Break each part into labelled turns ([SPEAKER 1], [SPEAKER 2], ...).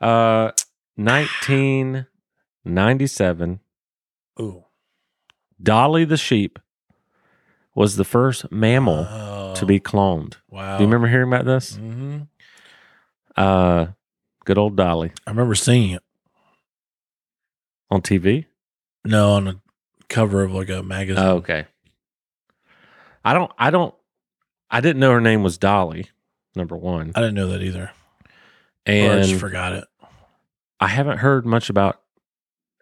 [SPEAKER 1] Uh, 1997,
[SPEAKER 2] Ooh.
[SPEAKER 1] Dolly the sheep was the first mammal to be cloned.
[SPEAKER 2] Oh, Wow.
[SPEAKER 1] Do you remember hearing about this?
[SPEAKER 2] hmm
[SPEAKER 1] Uh, good old Dolly
[SPEAKER 2] I remember seeing it.
[SPEAKER 1] on TV.
[SPEAKER 2] No, on the cover of like a magazine.
[SPEAKER 1] Oh, okay. I don't. I don't. I didn't know her name was Dolly. Number one,
[SPEAKER 2] I didn't know that either. or Oh, I just
[SPEAKER 1] and
[SPEAKER 2] forgot it.
[SPEAKER 1] I haven't heard much about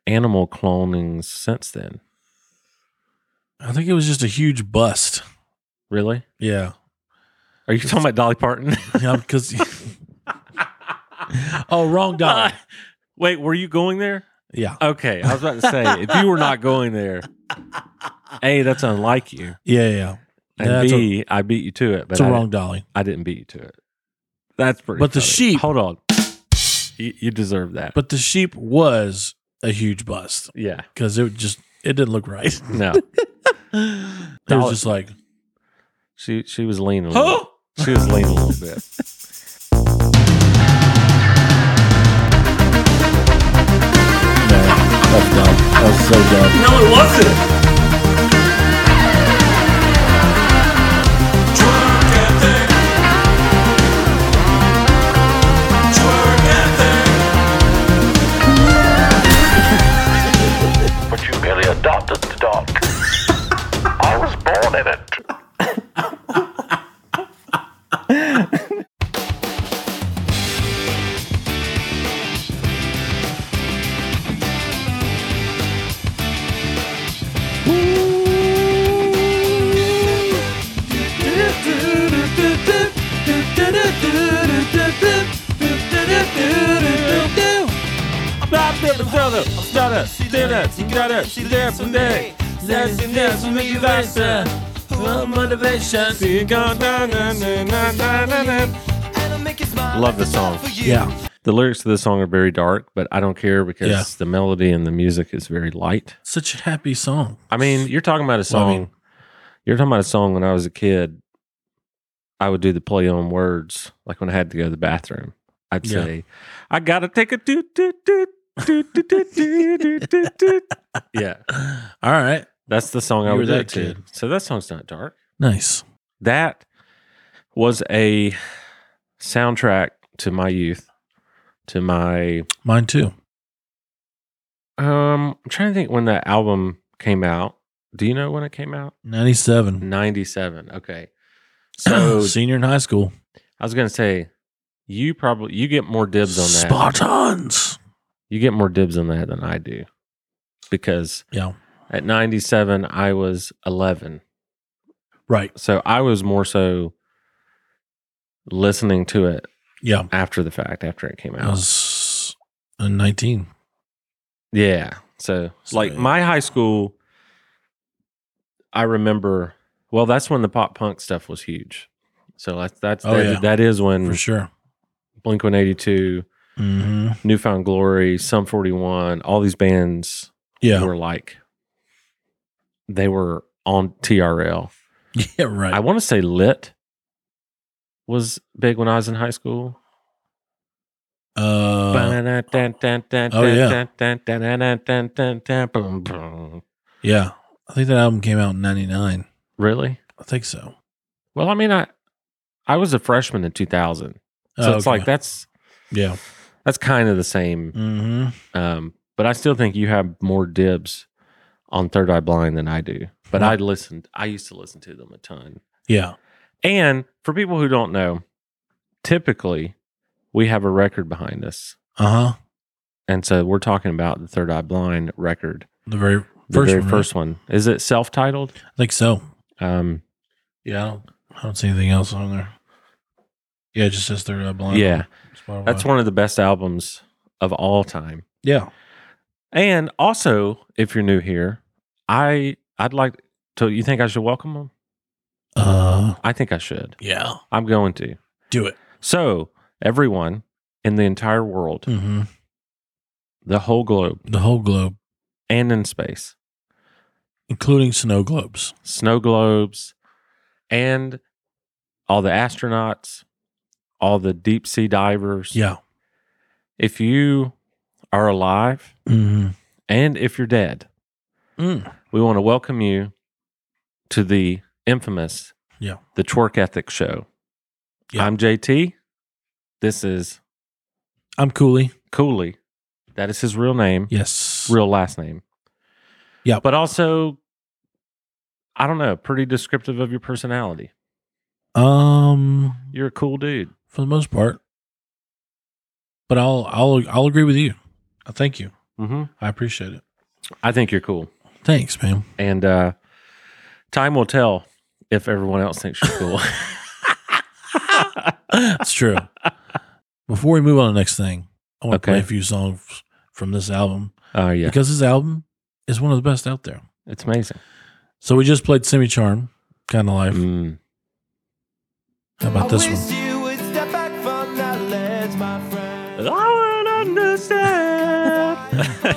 [SPEAKER 1] animal cloning since then.
[SPEAKER 2] I think it was just a huge bust.
[SPEAKER 1] Really?
[SPEAKER 2] Yeah.
[SPEAKER 1] Are you talking about Dolly Parton?
[SPEAKER 2] Because oh, wrong dollar.
[SPEAKER 1] Wait, were you going there?
[SPEAKER 2] yeah.
[SPEAKER 1] Okay, I was about to say if you were not going there, a that's unlike you,
[SPEAKER 2] Yeah. Yeah.
[SPEAKER 1] and
[SPEAKER 2] Yeah, that's a-
[SPEAKER 1] b I beat you to it, but
[SPEAKER 2] It's a
[SPEAKER 1] I,
[SPEAKER 2] wrong dolly.
[SPEAKER 1] I didn't beat you to it. That's pretty.
[SPEAKER 2] But the
[SPEAKER 1] funny.
[SPEAKER 2] sheep-
[SPEAKER 1] Hold on, you, you deserve that.
[SPEAKER 2] But the sheep was a huge bust
[SPEAKER 1] yeah,
[SPEAKER 2] because it just it didn't look right.
[SPEAKER 1] no,
[SPEAKER 2] it
[SPEAKER 1] Dollar-
[SPEAKER 2] was just like,
[SPEAKER 1] she she was leaning. A little,
[SPEAKER 2] huh?
[SPEAKER 1] she was leaning a little bit.
[SPEAKER 2] No, that's dumb. That's so dumb.
[SPEAKER 3] No, it wasn't. Twerk that thing. Twerk that thing.
[SPEAKER 4] but you merely adopted the dog. I was born in it.
[SPEAKER 1] Love the song.
[SPEAKER 2] Yeah.
[SPEAKER 1] The lyrics to this song are very dark, but I don't care because
[SPEAKER 2] Yeah.
[SPEAKER 1] the melody and the music is very light.
[SPEAKER 2] Such a happy song.
[SPEAKER 1] I mean, you're talking about a
[SPEAKER 2] Well,
[SPEAKER 1] song.
[SPEAKER 2] I mean-
[SPEAKER 1] you're talking about a song when I was a kid. I would do the play on words, like when I had to go to the bathroom. I'd
[SPEAKER 2] Yeah.
[SPEAKER 1] say, "I gotta take a doot doot doot doot doot doot doot doot doot." doot." Yeah,
[SPEAKER 2] All right.
[SPEAKER 1] that's the song I
[SPEAKER 2] You
[SPEAKER 1] would
[SPEAKER 2] were
[SPEAKER 1] do
[SPEAKER 2] that
[SPEAKER 1] to.
[SPEAKER 2] kid.
[SPEAKER 1] So that song's not dark.
[SPEAKER 2] Nice.
[SPEAKER 1] That was a soundtrack to my youth, to my
[SPEAKER 2] Mine too.
[SPEAKER 1] um. I'm trying to think when that album came out. Do you know when it came out?
[SPEAKER 2] 97.
[SPEAKER 1] Ninety seven. Okay.
[SPEAKER 2] So
[SPEAKER 1] So-
[SPEAKER 2] senior in high school.
[SPEAKER 1] I was gonna say, you probably you get more dibs on that.
[SPEAKER 2] Spartans.
[SPEAKER 1] You get more dibs on that than I do, because
[SPEAKER 2] Yeah.
[SPEAKER 1] at ninety seven I was eleven,
[SPEAKER 2] Right.
[SPEAKER 1] so I was more so listening to it
[SPEAKER 2] Yeah.
[SPEAKER 1] after the fact, after it came
[SPEAKER 2] I
[SPEAKER 1] out.
[SPEAKER 2] was uh, 19.
[SPEAKER 1] Yeah. So,
[SPEAKER 2] So,
[SPEAKER 1] like
[SPEAKER 2] yeah.
[SPEAKER 1] my high school, I remember. Well, that's when the pop punk stuff was huge. So that's that's
[SPEAKER 2] Oh,
[SPEAKER 1] that,
[SPEAKER 2] yeah.
[SPEAKER 1] that is when
[SPEAKER 2] For sure.
[SPEAKER 1] Blink One Eighty Two,
[SPEAKER 2] hmm
[SPEAKER 1] Newfound Glory, Sum Forty One, all these bands
[SPEAKER 2] Yeah.
[SPEAKER 1] were like they were on TRL.
[SPEAKER 2] Yeah. Right.
[SPEAKER 1] I want to say Lit was big when I was in high school.
[SPEAKER 2] uh, oh,
[SPEAKER 1] Really?
[SPEAKER 2] yeah. I think that album came out in 99. I think so.
[SPEAKER 1] Well, I mean, I I was a freshman in 2000, so
[SPEAKER 2] Oh,
[SPEAKER 1] it's
[SPEAKER 2] okay.
[SPEAKER 1] like that's
[SPEAKER 2] Yeah.
[SPEAKER 1] that's kind of the same.
[SPEAKER 2] hmm
[SPEAKER 1] Um, but I still think you have more dibs on Third Eye Blind than I do. But I listened. I used to listen to them a ton.
[SPEAKER 2] Yeah.
[SPEAKER 1] And for people who don't know, typically we have a record behind us.
[SPEAKER 2] Uh huh.
[SPEAKER 1] And so we're talking about the Third Eye Blind record.
[SPEAKER 2] The very first
[SPEAKER 1] The very
[SPEAKER 2] one. right?
[SPEAKER 1] first one. Is it self titled?
[SPEAKER 2] I think so.
[SPEAKER 1] Um,
[SPEAKER 2] Yeah. I don't, I don't see anything else on there. Yeah. It just says third eye blind.
[SPEAKER 1] yeah.
[SPEAKER 2] Spotify.
[SPEAKER 1] That's one of the best albums of all time.
[SPEAKER 2] Yeah.
[SPEAKER 1] And also, if you're new here, I I'd like to you think I should welcome them?
[SPEAKER 2] Uh,
[SPEAKER 1] I think I should.
[SPEAKER 2] yeah.
[SPEAKER 1] I'm going to.
[SPEAKER 2] Do it.
[SPEAKER 1] So, everyone in the entire world,
[SPEAKER 2] hmm
[SPEAKER 1] the whole globe,
[SPEAKER 2] The whole globe,
[SPEAKER 1] and in space,
[SPEAKER 2] including snow globes.
[SPEAKER 1] snow globes, and all the astronauts, all the deep sea divers,
[SPEAKER 2] Yeah.
[SPEAKER 1] if you are alive
[SPEAKER 2] Mm-hmm.
[SPEAKER 1] and if you're dead,
[SPEAKER 2] Mm.
[SPEAKER 1] we want to welcome you to the infamous
[SPEAKER 2] Yeah.
[SPEAKER 1] the Twerk Ethics Show.
[SPEAKER 2] Yeah.
[SPEAKER 1] I'm JT. This is
[SPEAKER 2] I'm Cooley.
[SPEAKER 1] Cooley. That is his real name,
[SPEAKER 2] Yes.
[SPEAKER 1] real last name.
[SPEAKER 2] Yeah.
[SPEAKER 1] But also, I don't know, pretty descriptive of your personality.
[SPEAKER 2] Um,
[SPEAKER 1] You're a cool dude.
[SPEAKER 2] for the most part. But I'll I'll I'll agree with you. I thank you.
[SPEAKER 1] Mm-hmm.
[SPEAKER 2] I appreciate it.
[SPEAKER 1] I think you're cool.
[SPEAKER 2] Thanks, man.
[SPEAKER 1] And uh, time will tell if everyone else thinks you're cool.
[SPEAKER 2] It's true. Before we move on to the next thing, I want
[SPEAKER 1] Okay.
[SPEAKER 2] to play a few songs from this album
[SPEAKER 1] Oh, yeah.
[SPEAKER 2] because this album is one of the best out there.
[SPEAKER 1] It's amazing.
[SPEAKER 2] So we just played Semi Charm, kind of life.
[SPEAKER 1] Mm.
[SPEAKER 2] How about this one?
[SPEAKER 5] you would step back from that ledge, my friend.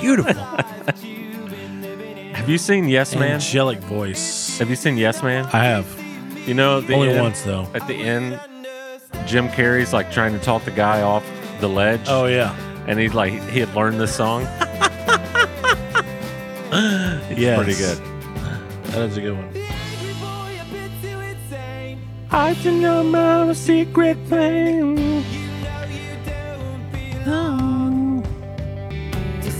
[SPEAKER 2] Beautiful.
[SPEAKER 1] Have you seen Yes Man?
[SPEAKER 2] Angelic voice.
[SPEAKER 1] Have you seen Yes Man?
[SPEAKER 2] I have
[SPEAKER 1] You know, at the
[SPEAKER 2] only
[SPEAKER 1] end,
[SPEAKER 2] once though.
[SPEAKER 1] At the end, Jim Carrey's like trying to talk the guy off the ledge,
[SPEAKER 2] Oh yeah,
[SPEAKER 1] and he's like he had learned this song.
[SPEAKER 2] yeah,
[SPEAKER 1] Pretty good.
[SPEAKER 2] That is a good one.
[SPEAKER 1] I can know my secret pain.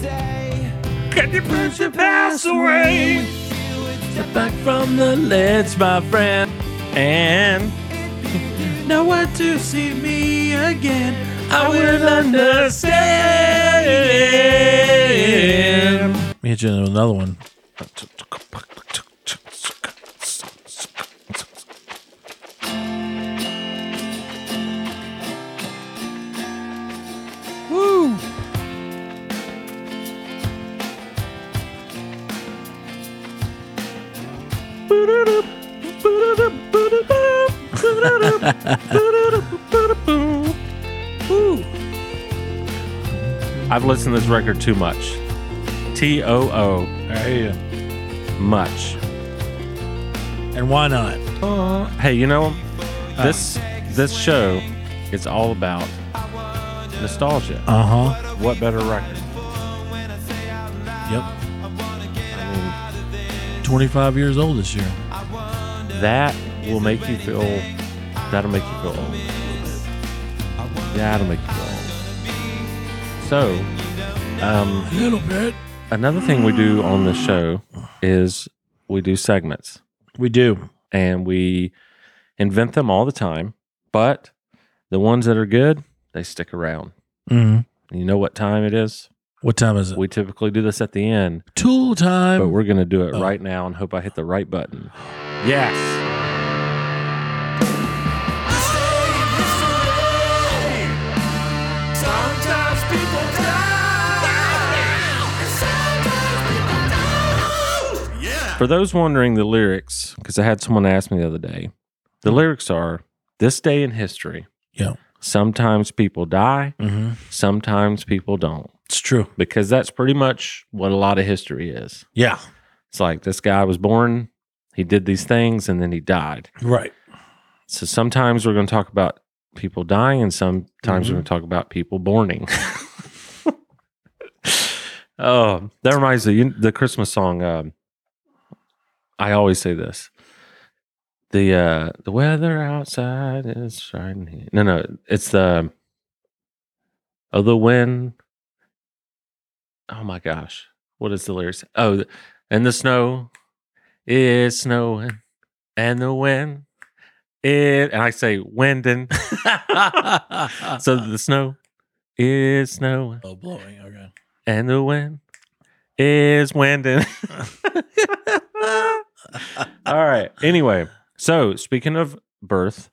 [SPEAKER 1] Can you push the past away? Step back from the ledge, my friend. And no one to see me again. I will understand.
[SPEAKER 2] Let me hit you with another one.
[SPEAKER 1] I've listened to this record too much. T O O
[SPEAKER 2] I hear you.
[SPEAKER 1] much.
[SPEAKER 2] And why not?
[SPEAKER 1] Hey, you know, this this show is all about nostalgia.
[SPEAKER 2] Uh huh.
[SPEAKER 1] What better record?
[SPEAKER 2] Yep.
[SPEAKER 1] I
[SPEAKER 2] 25 years old this year.
[SPEAKER 1] mean, that will make you feel. That'll make you feel old. That'll make you feel old. So, um,
[SPEAKER 2] little bit.
[SPEAKER 1] another thing we do on the show is we do segments.
[SPEAKER 2] We do.
[SPEAKER 1] and we invent them all the time. But the ones that are good, they stick around.
[SPEAKER 2] Mm-hmm.
[SPEAKER 1] And You know what time it is?
[SPEAKER 2] What time is it?
[SPEAKER 1] We typically do this at the end,
[SPEAKER 2] Tool
[SPEAKER 1] but
[SPEAKER 2] time.
[SPEAKER 1] we're going to do it
[SPEAKER 2] Oh.
[SPEAKER 1] right now and hope I hit the right button. Um, Yes.
[SPEAKER 3] Sometimes people die. Sometimes people don't. Yeah.
[SPEAKER 1] For those wondering the lyrics, because I had someone ask me the other day, the lyrics are this day in history.
[SPEAKER 2] Yeah.
[SPEAKER 1] Sometimes people die,
[SPEAKER 2] Mm-hmm.
[SPEAKER 1] sometimes people don't,
[SPEAKER 2] It's true.
[SPEAKER 1] because that's pretty much what a lot of history is.
[SPEAKER 2] Yeah.
[SPEAKER 1] It's like this guy was born, he did these things, and then he died.
[SPEAKER 2] Right.
[SPEAKER 1] So sometimes we're going to talk about people dying, and sometimes
[SPEAKER 2] Mhm.
[SPEAKER 1] we're going to talk about people borning. oh, that reminds me you- the Christmas song. Um, I always say this: the uh, the weather outside is frightening. No, no, it's the oh the wind. Oh my gosh, what is the lyrics? Oh, and the snow is snowing, and the wind it and I say winding. so the snow is snowing
[SPEAKER 2] Oh, blowing. Okay.
[SPEAKER 1] and the wind is winding. All right. Anyway, so speaking of birth,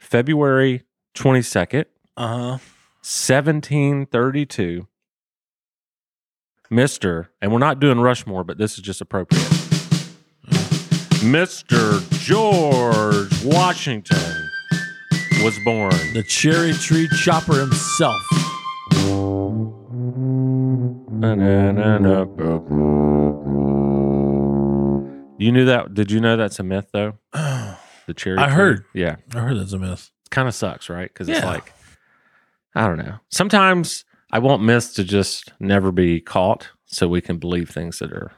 [SPEAKER 1] February 22nd,
[SPEAKER 2] Uh huh.
[SPEAKER 1] 1732, Mr. and we're not doing Rushmore, but this is just appropriate. Mr. George Washington was born.
[SPEAKER 2] The cherry tree chopper himself.
[SPEAKER 1] You knew that? Did you know that's a myth though?
[SPEAKER 2] I
[SPEAKER 1] The cherry.
[SPEAKER 2] I
[SPEAKER 1] tree?
[SPEAKER 2] heard.
[SPEAKER 1] Yeah,
[SPEAKER 2] heard that's a myth.
[SPEAKER 1] kind of sucks, right? Because it's
[SPEAKER 2] Yeah.
[SPEAKER 1] like, I don't know. Sometimes I want myths to just never be caught, so we can believe things that are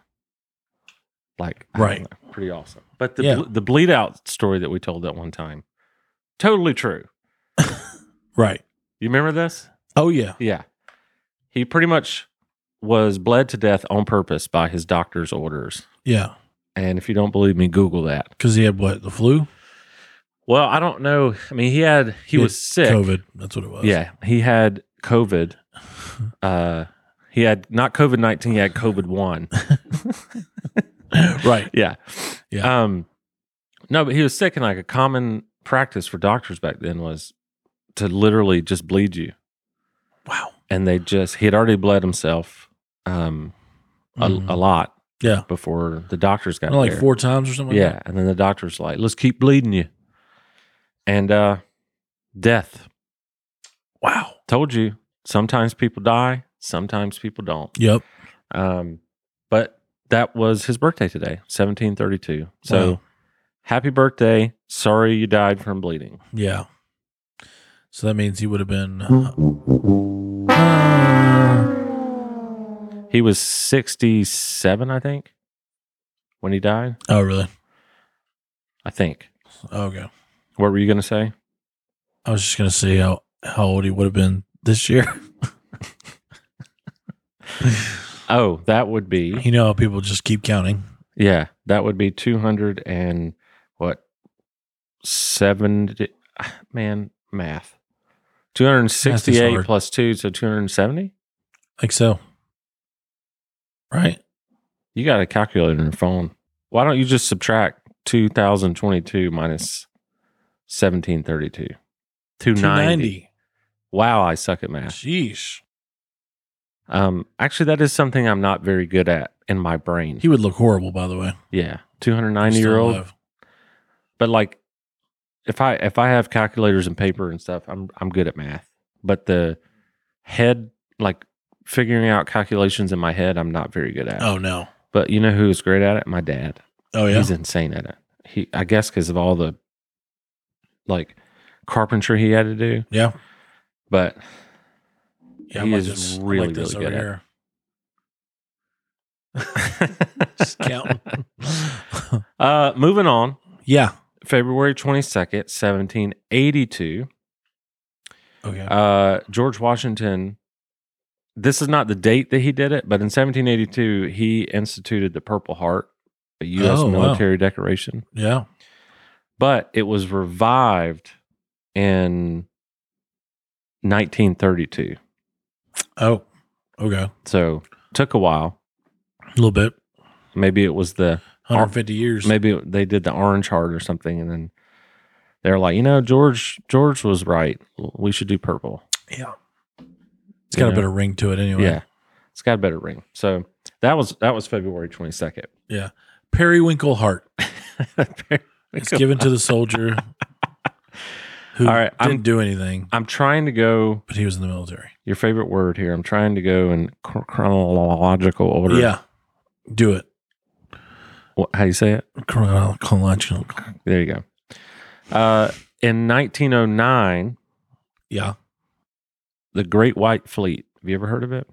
[SPEAKER 1] like I don't
[SPEAKER 2] Right.
[SPEAKER 1] know, pretty awesome. But the
[SPEAKER 2] Yeah.
[SPEAKER 1] ble- the bleed out story that we told at one time, totally true.
[SPEAKER 2] Right.
[SPEAKER 1] You remember this?
[SPEAKER 2] Oh yeah.
[SPEAKER 1] Yeah, he pretty much was bled to death on purpose by his doctor's orders.
[SPEAKER 2] Yeah.
[SPEAKER 1] And if you don't believe me, Google that.
[SPEAKER 2] Because he had what? The flu?
[SPEAKER 1] Well, I don't know. I mean, he had he
[SPEAKER 2] Yeah,
[SPEAKER 1] was sick.
[SPEAKER 2] COVID. That's what it was.
[SPEAKER 1] Yeah, he had COVID. Uh, he had not COVID nineteen. He had COVID one.
[SPEAKER 2] Right.
[SPEAKER 1] Yeah,
[SPEAKER 2] Yeah.
[SPEAKER 1] Um, no, but he was sick, and like a common practice for doctors back then was to literally just bleed you,
[SPEAKER 2] Wow.
[SPEAKER 1] and they just he had already bled himself, um, a,
[SPEAKER 2] Mhm.
[SPEAKER 1] a lot.
[SPEAKER 2] Yeah.
[SPEAKER 1] before the doctors got
[SPEAKER 2] Kinda like
[SPEAKER 1] there.
[SPEAKER 2] four times or something. like
[SPEAKER 1] Yeah, and then the doctor's like, "Let's keep bleeding you," and uh, death.
[SPEAKER 2] that? Wow.
[SPEAKER 1] Told you. Sometimes people die. Sometimes people don't.
[SPEAKER 2] Yep.
[SPEAKER 1] Um, but that was his birthday today, 1732. So
[SPEAKER 2] Wow.
[SPEAKER 1] happy birthday. Sorry you died from bleeding.
[SPEAKER 2] Yeah. So that means he would have been. uh,
[SPEAKER 1] Mm-hmm. He was 67, I think, when he died.
[SPEAKER 2] oh really?
[SPEAKER 1] I think.
[SPEAKER 2] Okay.
[SPEAKER 1] What were you going to say?
[SPEAKER 2] I was just gonna see how how old he would have been this year.
[SPEAKER 1] Oh, that would be,
[SPEAKER 2] you know how people just keep counting.
[SPEAKER 1] yeah, that would be 200 and what? 70. Man, math. 268
[SPEAKER 2] hard.
[SPEAKER 1] plus 2, so 270?
[SPEAKER 2] Like so. Right.
[SPEAKER 1] You got a calculator in your phone. Why don't you just subtract 2022 minus 1732? 290. Wow, I suck at math.
[SPEAKER 2] Sheesh.
[SPEAKER 1] Um, actually, that is something I'm not very good at in my brain.
[SPEAKER 2] He would look horrible, by the way.
[SPEAKER 1] Yeah, 290
[SPEAKER 2] Still
[SPEAKER 1] year old.
[SPEAKER 2] alive.
[SPEAKER 1] But like, if I if I have calculators and paper and stuff, I'm I'm good at math. But the head, like figuring out calculations in my head, I'm not very good at.
[SPEAKER 2] Oh no.
[SPEAKER 1] But you know who is great at it? My dad.
[SPEAKER 2] Oh yeah.
[SPEAKER 1] he's insane at it. He, I guess, because of all the like carpentry he had to do.
[SPEAKER 2] yeah.
[SPEAKER 1] But
[SPEAKER 2] Yeah.
[SPEAKER 1] he
[SPEAKER 2] like
[SPEAKER 1] is
[SPEAKER 2] this- I'm
[SPEAKER 1] really,
[SPEAKER 2] like this
[SPEAKER 1] really
[SPEAKER 2] over
[SPEAKER 1] good at
[SPEAKER 2] here. Just counting.
[SPEAKER 1] uh, moving on,
[SPEAKER 2] yeah.
[SPEAKER 1] February twenty second, seventeen eighty two.
[SPEAKER 2] Okay.
[SPEAKER 1] Uh, George Washington. This is not the date that he did it, but in seventeen eighty two, he instituted the Purple Heart, a U.S.
[SPEAKER 2] Oh, wow.
[SPEAKER 1] military decoration.
[SPEAKER 2] yeah.
[SPEAKER 1] but it was revived in 1932
[SPEAKER 2] Oh. Okay. A
[SPEAKER 1] so took a while
[SPEAKER 2] little bit.
[SPEAKER 1] maybe it was the
[SPEAKER 2] 150 years.
[SPEAKER 1] maybe it- they did the orange heart or something and then they're like you know george george was right we should do purple
[SPEAKER 2] Yeah. It's got
[SPEAKER 1] You
[SPEAKER 2] a
[SPEAKER 1] know?
[SPEAKER 2] better ring to it anyway.
[SPEAKER 1] yeah it's got a better ring so that was that was february 22nd
[SPEAKER 2] Yeah. Periwinkle heart. It's given to the soldier who
[SPEAKER 1] All right,
[SPEAKER 2] didn't
[SPEAKER 1] I'm-
[SPEAKER 2] do anything,
[SPEAKER 1] i'm trying to go
[SPEAKER 2] but he was in the military.
[SPEAKER 1] your favorite word here i'm trying to go in chron- chronological order
[SPEAKER 2] Yeah. Do it.
[SPEAKER 1] Wh- how do you say it
[SPEAKER 2] Chrono- Chronological.
[SPEAKER 1] There you go. Uh, in 1909,
[SPEAKER 2] Yeah.
[SPEAKER 1] the Great White Fleet. Have you ever heard of it?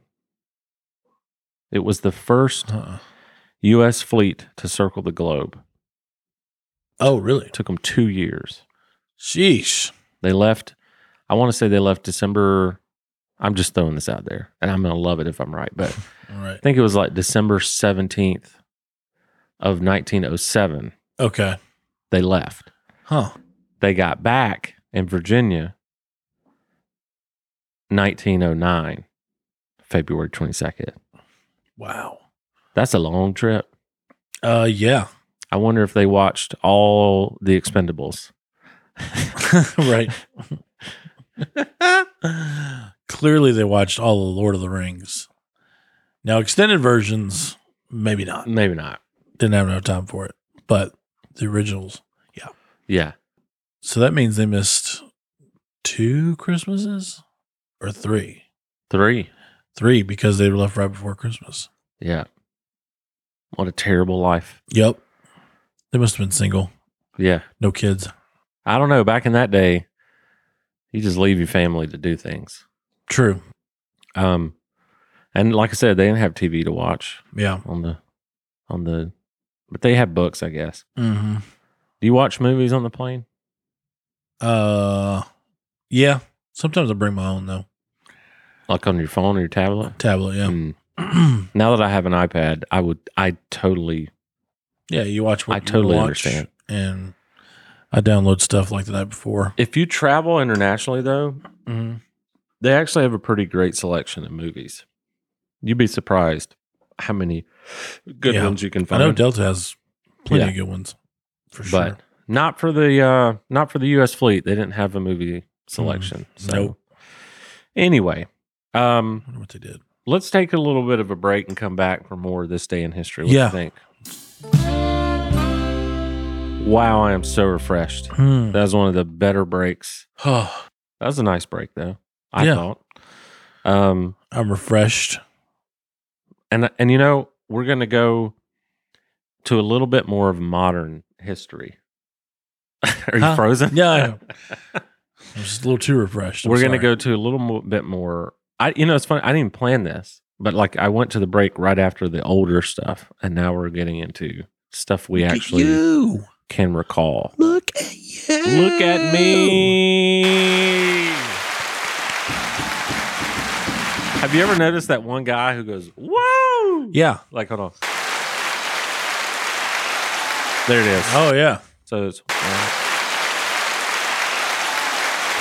[SPEAKER 1] It was the first
[SPEAKER 2] Uh-uh.
[SPEAKER 1] U.S. fleet to circle the globe.
[SPEAKER 2] Oh, really?
[SPEAKER 1] It took them two years.
[SPEAKER 2] Sheesh.
[SPEAKER 1] They left. I want to say they left December. I'm just throwing this out there, and I'm going to love it if I'm right. But I
[SPEAKER 2] All right.
[SPEAKER 1] think it was like December 17th of 1907.
[SPEAKER 2] Okay.
[SPEAKER 1] They left.
[SPEAKER 2] Huh.
[SPEAKER 1] They got back in Virginia 1909, February 22nd.
[SPEAKER 2] Wow.
[SPEAKER 1] That's a long trip.
[SPEAKER 2] Uh, yeah.
[SPEAKER 1] I wonder if they watched all the expendables.
[SPEAKER 2] right. Clearly, they watched all the Lord of the Rings. Now, extended versions, maybe not.
[SPEAKER 1] Maybe not.
[SPEAKER 2] Didn't have enough time for it, but the originals.
[SPEAKER 1] Yeah.
[SPEAKER 2] So that means they missed two Christmases or three?
[SPEAKER 1] Three.
[SPEAKER 2] Three because they left right before Christmas.
[SPEAKER 1] Yeah. What a terrible life.
[SPEAKER 2] Yep. They must have been single,
[SPEAKER 1] Yeah.
[SPEAKER 2] no kids.
[SPEAKER 1] I don't know. Back in that day, you just leave your family to do things.
[SPEAKER 2] True.
[SPEAKER 1] Um, and like I said, they didn't have TV to watch
[SPEAKER 2] Yeah.
[SPEAKER 1] on the on the, but they had books, I guess.
[SPEAKER 2] Mm-hmm.
[SPEAKER 1] Do you watch movies on the plane?
[SPEAKER 2] Uh, yeah. Sometimes I bring my own though
[SPEAKER 1] Like on your phone or your tablet?
[SPEAKER 2] tablet. Yeah.
[SPEAKER 1] Mm. Now that I have an iPad, I would I totally
[SPEAKER 2] yeah. You watch what
[SPEAKER 1] I
[SPEAKER 2] you
[SPEAKER 1] totally
[SPEAKER 2] watch,
[SPEAKER 1] understand.
[SPEAKER 2] And I download stuff like the night before.
[SPEAKER 1] if you travel internationally though,
[SPEAKER 2] Mm-hmm.
[SPEAKER 1] they actually have a pretty great selection of movies. You'd be surprised how many good
[SPEAKER 2] Yeah.
[SPEAKER 1] ones you can
[SPEAKER 2] I
[SPEAKER 1] find.
[SPEAKER 2] know Delta has plenty
[SPEAKER 1] Yeah.
[SPEAKER 2] of good ones for sure.
[SPEAKER 1] but not for the uh not for the US fleet. They didn't have a movie selection. So
[SPEAKER 2] Mm, Nope.
[SPEAKER 1] anyway, um
[SPEAKER 2] I wonder what they did.
[SPEAKER 1] let's take a little bit of a break and come back for more of this day in history. What
[SPEAKER 2] Yeah.
[SPEAKER 1] you think? Wow, I am so refreshed.
[SPEAKER 2] Hmm.
[SPEAKER 1] That was one of the better breaks. That was a nice break though. I
[SPEAKER 2] Yeah.
[SPEAKER 1] thought. Um
[SPEAKER 2] I'm refreshed.
[SPEAKER 1] and and you know we're gonna go to a little bit more of modern history. Are you
[SPEAKER 2] Huh?
[SPEAKER 1] frozen?
[SPEAKER 2] Yeah, I am. I'm just a little too refreshed. I'm
[SPEAKER 1] we're gonna
[SPEAKER 2] sorry.
[SPEAKER 1] go to a little mo- bit more. I you know it's funny. I didn't plan this, but like I went to the break right after the older stuff, and now we're getting into stuff we actually
[SPEAKER 2] You
[SPEAKER 1] can recall.
[SPEAKER 2] look at you.
[SPEAKER 1] Look at me. Have you ever noticed that one guy who goes, "Whoa!"
[SPEAKER 2] Yeah.
[SPEAKER 1] Like, hold on. There it is.
[SPEAKER 2] Oh yeah.
[SPEAKER 1] So it's.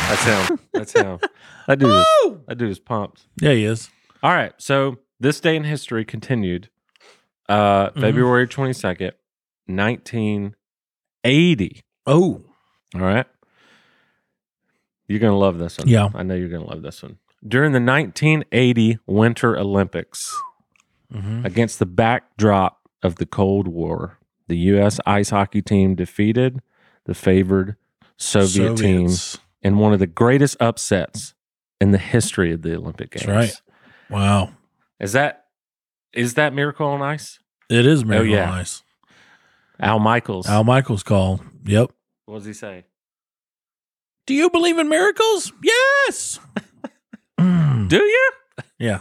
[SPEAKER 1] That's him. That's him. That dude is, that dude is pumped.
[SPEAKER 2] Yeah, he is.
[SPEAKER 1] All right. So this day in history continued uh,
[SPEAKER 2] Mhm.
[SPEAKER 1] February 22nd, 1980.
[SPEAKER 2] Oh.
[SPEAKER 1] All right. You're going to love this one.
[SPEAKER 2] Yeah.
[SPEAKER 1] I know you're going to love this one. During the 1980 Winter Olympics,
[SPEAKER 2] Mm-hmm.
[SPEAKER 1] Against the backdrop of the Cold War, the U.S. ice hockey team defeated the favored Soviet team in one of the greatest upsets in the history of the Olympic Games.
[SPEAKER 2] That's right. Wow.
[SPEAKER 1] Is that is that Miracle on Ice?
[SPEAKER 2] It is Miracle
[SPEAKER 1] Oh, yeah.
[SPEAKER 2] on Ice.
[SPEAKER 1] Al Michaels.
[SPEAKER 2] Al Michaels call. Yep.
[SPEAKER 1] what does he say?
[SPEAKER 2] Do you believe in miracles? Yes. Mm.
[SPEAKER 1] Do you?
[SPEAKER 2] Yeah.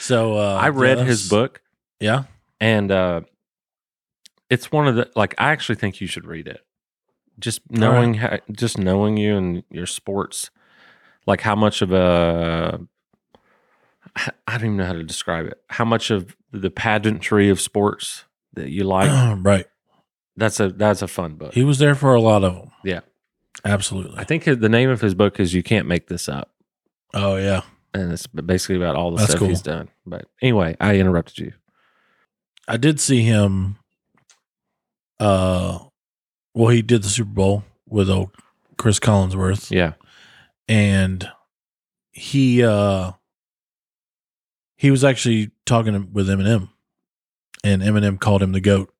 [SPEAKER 2] So uh,
[SPEAKER 1] I read
[SPEAKER 2] yeah,
[SPEAKER 1] his
[SPEAKER 2] that's-
[SPEAKER 1] book,
[SPEAKER 2] Yeah.
[SPEAKER 1] and uh, it's one of the like. I actually think you should read it. Just knowing how, just knowing you and your sports, like how much of a I don't even know how to describe it. How much of the pageantry of sports that you like?
[SPEAKER 2] right.
[SPEAKER 1] that's a that's a fun book.
[SPEAKER 2] He was there for a lot of them.
[SPEAKER 1] Yeah.
[SPEAKER 2] Absolutely.
[SPEAKER 1] I think the name of his book is "You Can't Make This Up,"
[SPEAKER 2] oh yeah.
[SPEAKER 1] and it's basically about all the
[SPEAKER 2] That's
[SPEAKER 1] stuff
[SPEAKER 2] cool.
[SPEAKER 1] he's done. But anyway, I interrupted you.
[SPEAKER 2] I did see him. Uh, well, he did the Super Bowl with old Chris Collinsworth,
[SPEAKER 1] Yeah,
[SPEAKER 2] and he uh he was actually talking to- with Eminem, and Eminem called him the goat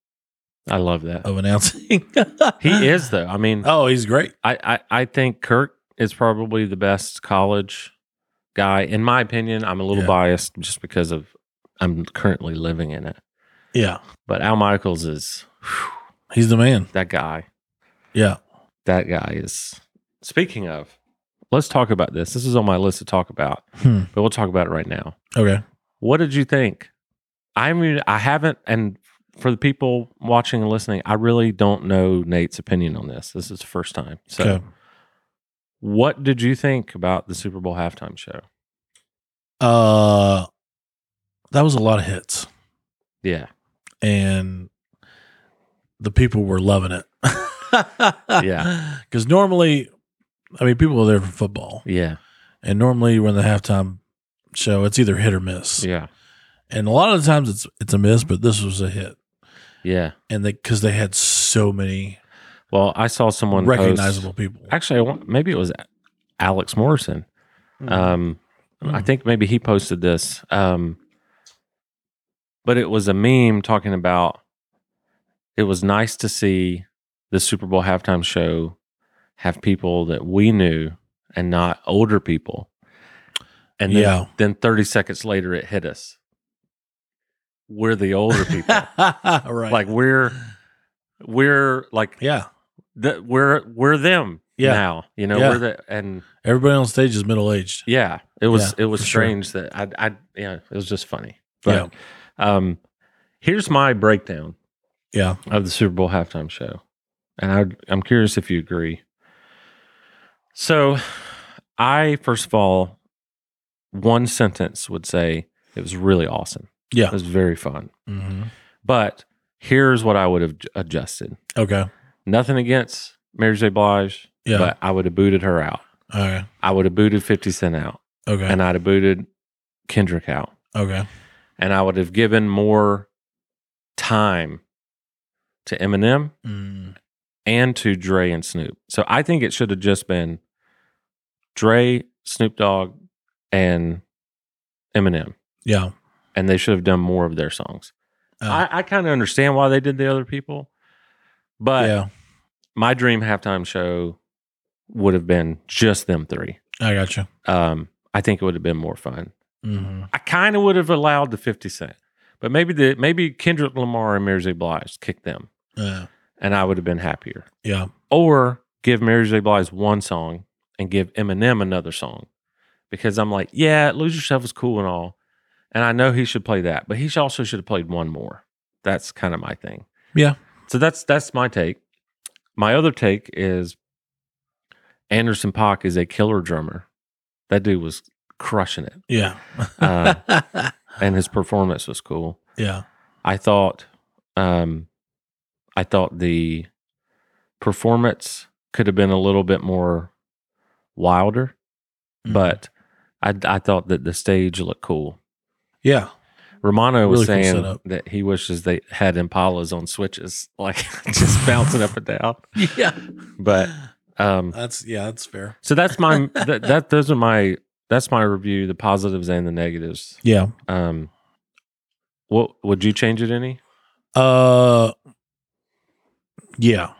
[SPEAKER 1] I love that.
[SPEAKER 2] of announcing.
[SPEAKER 1] He is though. I mean,
[SPEAKER 2] Oh, he's great.
[SPEAKER 1] I, I I think Kirk is probably the best college guy in my opinion. I'm a little
[SPEAKER 2] Yeah.
[SPEAKER 1] biased just because of I'm currently living in it.
[SPEAKER 2] Yeah,
[SPEAKER 1] But Al Michaels is
[SPEAKER 2] he's the man.
[SPEAKER 1] that guy.
[SPEAKER 2] Yeah.
[SPEAKER 1] That guy is. Speaking of, let's talk about this. This is on my list to talk about,
[SPEAKER 2] Hmm.
[SPEAKER 1] but we'll talk about it right now.
[SPEAKER 2] Okay.
[SPEAKER 1] What did you think? I mean, I haven't, and for the people watching and listening, I really don't know Nate's opinion on this. This is the first time. So,
[SPEAKER 2] okay.
[SPEAKER 1] what did you think about the Super Bowl halftime show?
[SPEAKER 2] Uh, that was a lot of hits,
[SPEAKER 1] Yeah.
[SPEAKER 2] and the people were loving it.
[SPEAKER 1] Yeah.
[SPEAKER 2] because normally, I mean, people are there for football,
[SPEAKER 1] Yeah.
[SPEAKER 2] and normally when the halftime show, it's either hit or miss,
[SPEAKER 1] Yeah.
[SPEAKER 2] and a lot of the times it's it's a miss, but this was a hit,
[SPEAKER 1] Yeah.
[SPEAKER 2] and they because they had so many
[SPEAKER 1] Well, I saw someone post-
[SPEAKER 2] recognizable people.
[SPEAKER 1] actually, I want, maybe it was Alex Morrison.
[SPEAKER 2] Hmm.
[SPEAKER 1] Um, I
[SPEAKER 2] Mm.
[SPEAKER 1] think maybe he posted this. Um, but it was a meme talking about it was nice to see the Super Bowl halftime show have people that we knew and not older people. And then,
[SPEAKER 2] Yeah.
[SPEAKER 1] then 30 seconds later, it hit us. We're the older people.
[SPEAKER 2] right?
[SPEAKER 1] Like we're we're like
[SPEAKER 2] yeah,
[SPEAKER 1] that we're we're them
[SPEAKER 2] Yeah.
[SPEAKER 1] now. You know,
[SPEAKER 2] Yeah.
[SPEAKER 1] we're the and
[SPEAKER 2] Everybody on stage is middle aged.
[SPEAKER 1] yeah, it was
[SPEAKER 2] Yeah,
[SPEAKER 1] it was
[SPEAKER 2] for sure.
[SPEAKER 1] strange that I I yeah, it was just funny.
[SPEAKER 2] Yeah.
[SPEAKER 1] But um here's my breakdown
[SPEAKER 2] Yeah.
[SPEAKER 1] of the Super Bowl halftime show. And I I'm curious if you agree. So I first of all one sentence would say it was really awesome.
[SPEAKER 2] Yeah.
[SPEAKER 1] It was very fun.
[SPEAKER 2] Mhm.
[SPEAKER 1] But here's what I would have adjusted.
[SPEAKER 2] Okay.
[SPEAKER 1] Nothing against Mary J. Blige,
[SPEAKER 2] Yeah.
[SPEAKER 1] but I would have booted her out.
[SPEAKER 2] All right.
[SPEAKER 1] I would have booted 50 Cent out,
[SPEAKER 2] Okay.
[SPEAKER 1] and I'd have booted Kendrick out,
[SPEAKER 2] okay.
[SPEAKER 1] and I would have given more time to Eminem
[SPEAKER 2] Mm.
[SPEAKER 1] and to Dre and Snoop. So I think it should have just been Dre, Snoop Dogg, and Eminem,
[SPEAKER 2] Yeah.
[SPEAKER 1] and they should have done more of their songs.
[SPEAKER 2] Uh,
[SPEAKER 1] I, I kind of understand why they did the other people, but
[SPEAKER 2] yeah.
[SPEAKER 1] my dream halftime show would have been just them three.
[SPEAKER 2] I got you.
[SPEAKER 1] Um, I think it would have been more fun.
[SPEAKER 2] hmm
[SPEAKER 1] I kind of would have allowed the 50 Cent, but maybe the maybe Kendrick Lamar and Mary J. Blige kick them,
[SPEAKER 2] Yeah.
[SPEAKER 1] and I would have been happier.
[SPEAKER 2] Uh, Yeah.
[SPEAKER 1] Or give Mary J. Blige one song and give Eminem another song, because I'm like, yeah, Lose Yourself is cool and all, and I know he should play that, but he should also should have played one more. That's kind of my thing.
[SPEAKER 2] Yeah.
[SPEAKER 1] So that's that's my take. My other take is Anderson Pock is a killer drummer. That dude was crushing it.
[SPEAKER 2] Yeah.
[SPEAKER 1] Uh, and his performance was cool.
[SPEAKER 2] yeah.
[SPEAKER 1] I thought, um, I thought the performance could have been a little bit more wilder,
[SPEAKER 2] Mhm.
[SPEAKER 1] but I, I thought that the stage looked cool.
[SPEAKER 2] yeah.
[SPEAKER 1] Romano was
[SPEAKER 2] Really cool
[SPEAKER 1] saying
[SPEAKER 2] setup.
[SPEAKER 1] that he wishes they had Impalas on switches, like just bouncing up and down.
[SPEAKER 2] Yeah.
[SPEAKER 1] But um,
[SPEAKER 2] That's yeah. That's fair.
[SPEAKER 1] so that's my that, that those are my that's my review, the positives and the negatives.
[SPEAKER 2] Yeah.
[SPEAKER 1] Um, what would you change it any?
[SPEAKER 2] Uh. Yeah.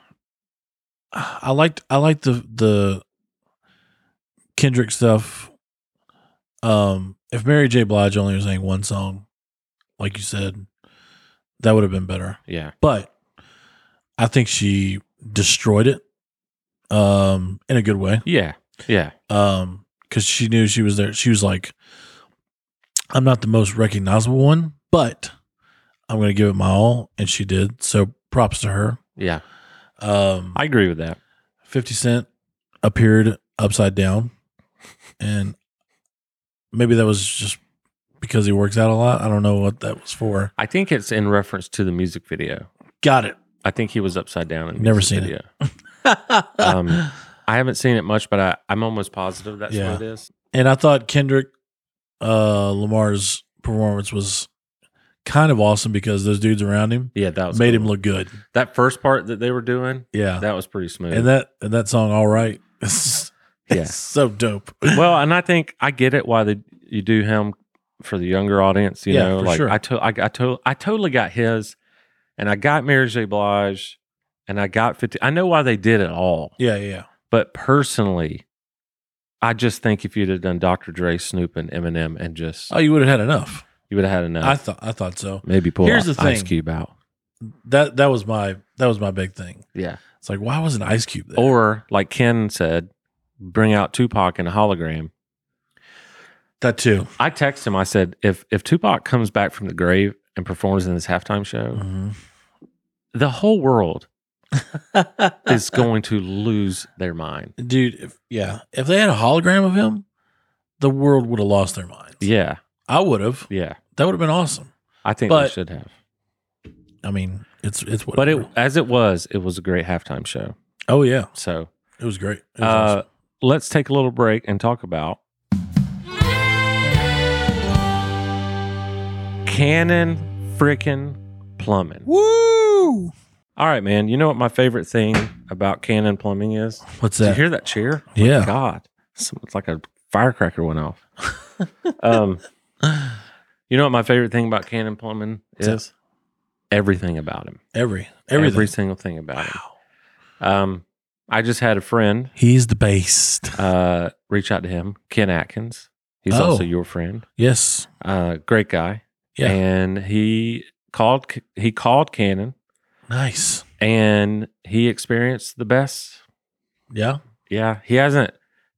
[SPEAKER 2] I liked I liked the the Kendrick stuff. Um, if Mary J. Blige only was saying one song, like you said, that would have been better.
[SPEAKER 1] Yeah.
[SPEAKER 2] but I think she destroyed it um in a good way
[SPEAKER 1] Yeah. Yeah.
[SPEAKER 2] um cuz she knew she was there she was like I'm not the most recognizable one but I'm going to give it my all and she did so props to her
[SPEAKER 1] Yeah.
[SPEAKER 2] um
[SPEAKER 1] I agree with that.
[SPEAKER 2] 50 cent appeared upside down and maybe that was just because he works out a lot I don't know what that was for
[SPEAKER 1] I think it's in reference to the music video.
[SPEAKER 2] got it
[SPEAKER 1] I think he was upside down in the
[SPEAKER 2] Never
[SPEAKER 1] music
[SPEAKER 2] seen it.
[SPEAKER 1] video. Um, I haven't seen it much, but I, I'm almost positive that's
[SPEAKER 2] Yeah.
[SPEAKER 1] what it is.
[SPEAKER 2] And I thought Kendrick uh, Lamar's performance was kind of awesome because those dudes around him
[SPEAKER 1] Yeah, that was
[SPEAKER 2] made
[SPEAKER 1] cool.
[SPEAKER 2] him look good.
[SPEAKER 1] that first part that they were doing.
[SPEAKER 2] Yeah.
[SPEAKER 1] That was pretty smooth.
[SPEAKER 2] Uh, and that and that song All Right is
[SPEAKER 1] Yeah.
[SPEAKER 2] is so dope.
[SPEAKER 1] well, and I think I get it why they, you do him for the younger audience. You
[SPEAKER 2] Yeah,
[SPEAKER 1] know,
[SPEAKER 2] for
[SPEAKER 1] like
[SPEAKER 2] sure.
[SPEAKER 1] I, to, I, I, to, I totally got his, and I got Mary J. Blige, and I got 50. I know why they did it all.
[SPEAKER 2] Yeah, yeah.
[SPEAKER 1] But personally, I just think if you'd have done Dr. Dre, Snoop, and Eminem, and just
[SPEAKER 2] Oh, you would have had enough.
[SPEAKER 1] you would have had enough.
[SPEAKER 2] I thought I thought so.
[SPEAKER 1] Maybe pull
[SPEAKER 2] Here's
[SPEAKER 1] I-
[SPEAKER 2] the
[SPEAKER 1] Ice
[SPEAKER 2] thing.
[SPEAKER 1] Cube out.
[SPEAKER 2] That that was my that was my big thing.
[SPEAKER 1] Yeah.
[SPEAKER 2] It's like why wasn't Ice Cube there?
[SPEAKER 1] Or like Ken said, bring out Tupac in a hologram.
[SPEAKER 2] that too.
[SPEAKER 1] I texted him. I said, if if Tupac comes back from the grave and performs in this halftime show,
[SPEAKER 2] Mhm.
[SPEAKER 1] the whole world is going to lose their mind.
[SPEAKER 2] Dude, if, yeah. If they had a hologram of him, the world would have lost their minds.
[SPEAKER 1] Yeah.
[SPEAKER 2] I would have.
[SPEAKER 1] Yeah.
[SPEAKER 2] That would have been awesome.
[SPEAKER 1] I think they
[SPEAKER 2] But-
[SPEAKER 1] should have.
[SPEAKER 2] I mean, it's it's what
[SPEAKER 1] But it as it was, it was a great halftime show.
[SPEAKER 2] Oh yeah.
[SPEAKER 1] So
[SPEAKER 2] It was great. It was awesome.
[SPEAKER 1] uh, let's take a little break and talk about Cannon freaking plumbing.
[SPEAKER 2] Woo!
[SPEAKER 1] All right, man. You know what my favorite thing about Cannon plumbing is?
[SPEAKER 2] What's
[SPEAKER 1] Did you
[SPEAKER 2] that?
[SPEAKER 1] hear that cheer?
[SPEAKER 2] yeah.
[SPEAKER 1] God, Some- it's like a firecracker went off. um, you know what my favorite thing about Cannon plumbing is?
[SPEAKER 2] that?
[SPEAKER 1] Everything about him.
[SPEAKER 2] Every everything.
[SPEAKER 1] Every single thing about him. Um, I just had a friend
[SPEAKER 2] He's the best.
[SPEAKER 1] uh, reach out to him, Ken Atkins. He's
[SPEAKER 2] Oh.
[SPEAKER 1] also your friend.
[SPEAKER 2] Yes.
[SPEAKER 1] Uh, great guy.
[SPEAKER 2] Yeah.
[SPEAKER 1] And he called he called Cannon
[SPEAKER 2] Nice.
[SPEAKER 1] and he experienced the best
[SPEAKER 2] Yeah.
[SPEAKER 1] yeah, he hasn't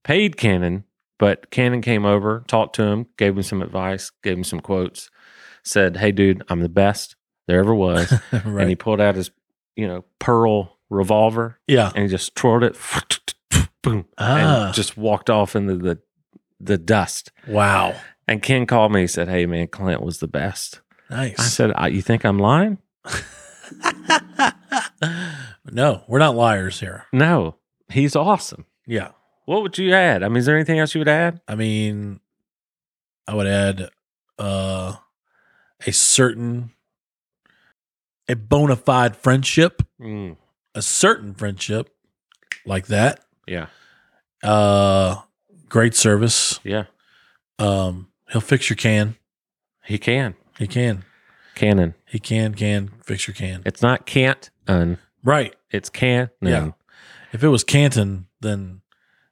[SPEAKER 1] paid Cannon, but Cannon came over, talked to him, gave him some advice, gave him some quotes, said, "Hey, dude, I'm the best there ever was." And he
[SPEAKER 2] right.
[SPEAKER 1] pulled out his, you know, pearl revolver
[SPEAKER 2] yeah.
[SPEAKER 1] and he just twirled it, boom,
[SPEAKER 2] Ah.
[SPEAKER 1] and just walked off into the the dust.
[SPEAKER 2] Wow.
[SPEAKER 1] And Ken called me. He said, "Hey, man, Clint was the best." I
[SPEAKER 2] Nice.
[SPEAKER 1] said, I, "You think I'm lying?"
[SPEAKER 2] no, we're not liars here.
[SPEAKER 1] No, he's awesome.
[SPEAKER 2] Yeah.
[SPEAKER 1] What would you add? I mean, is there anything else you would add?
[SPEAKER 2] I mean, I would add uh, a certain, a bona fide friendship,
[SPEAKER 1] Mm,
[SPEAKER 2] a certain friendship like that.
[SPEAKER 1] yeah,
[SPEAKER 2] Uh, great service.
[SPEAKER 1] yeah,
[SPEAKER 2] Um, he'll fix your can.
[SPEAKER 1] he can.
[SPEAKER 2] He can.
[SPEAKER 1] Cannon.
[SPEAKER 2] He can. Can fix your can.
[SPEAKER 1] It's not can't un.
[SPEAKER 2] Right.
[SPEAKER 1] It's can.
[SPEAKER 2] Yeah. If it was Canton, then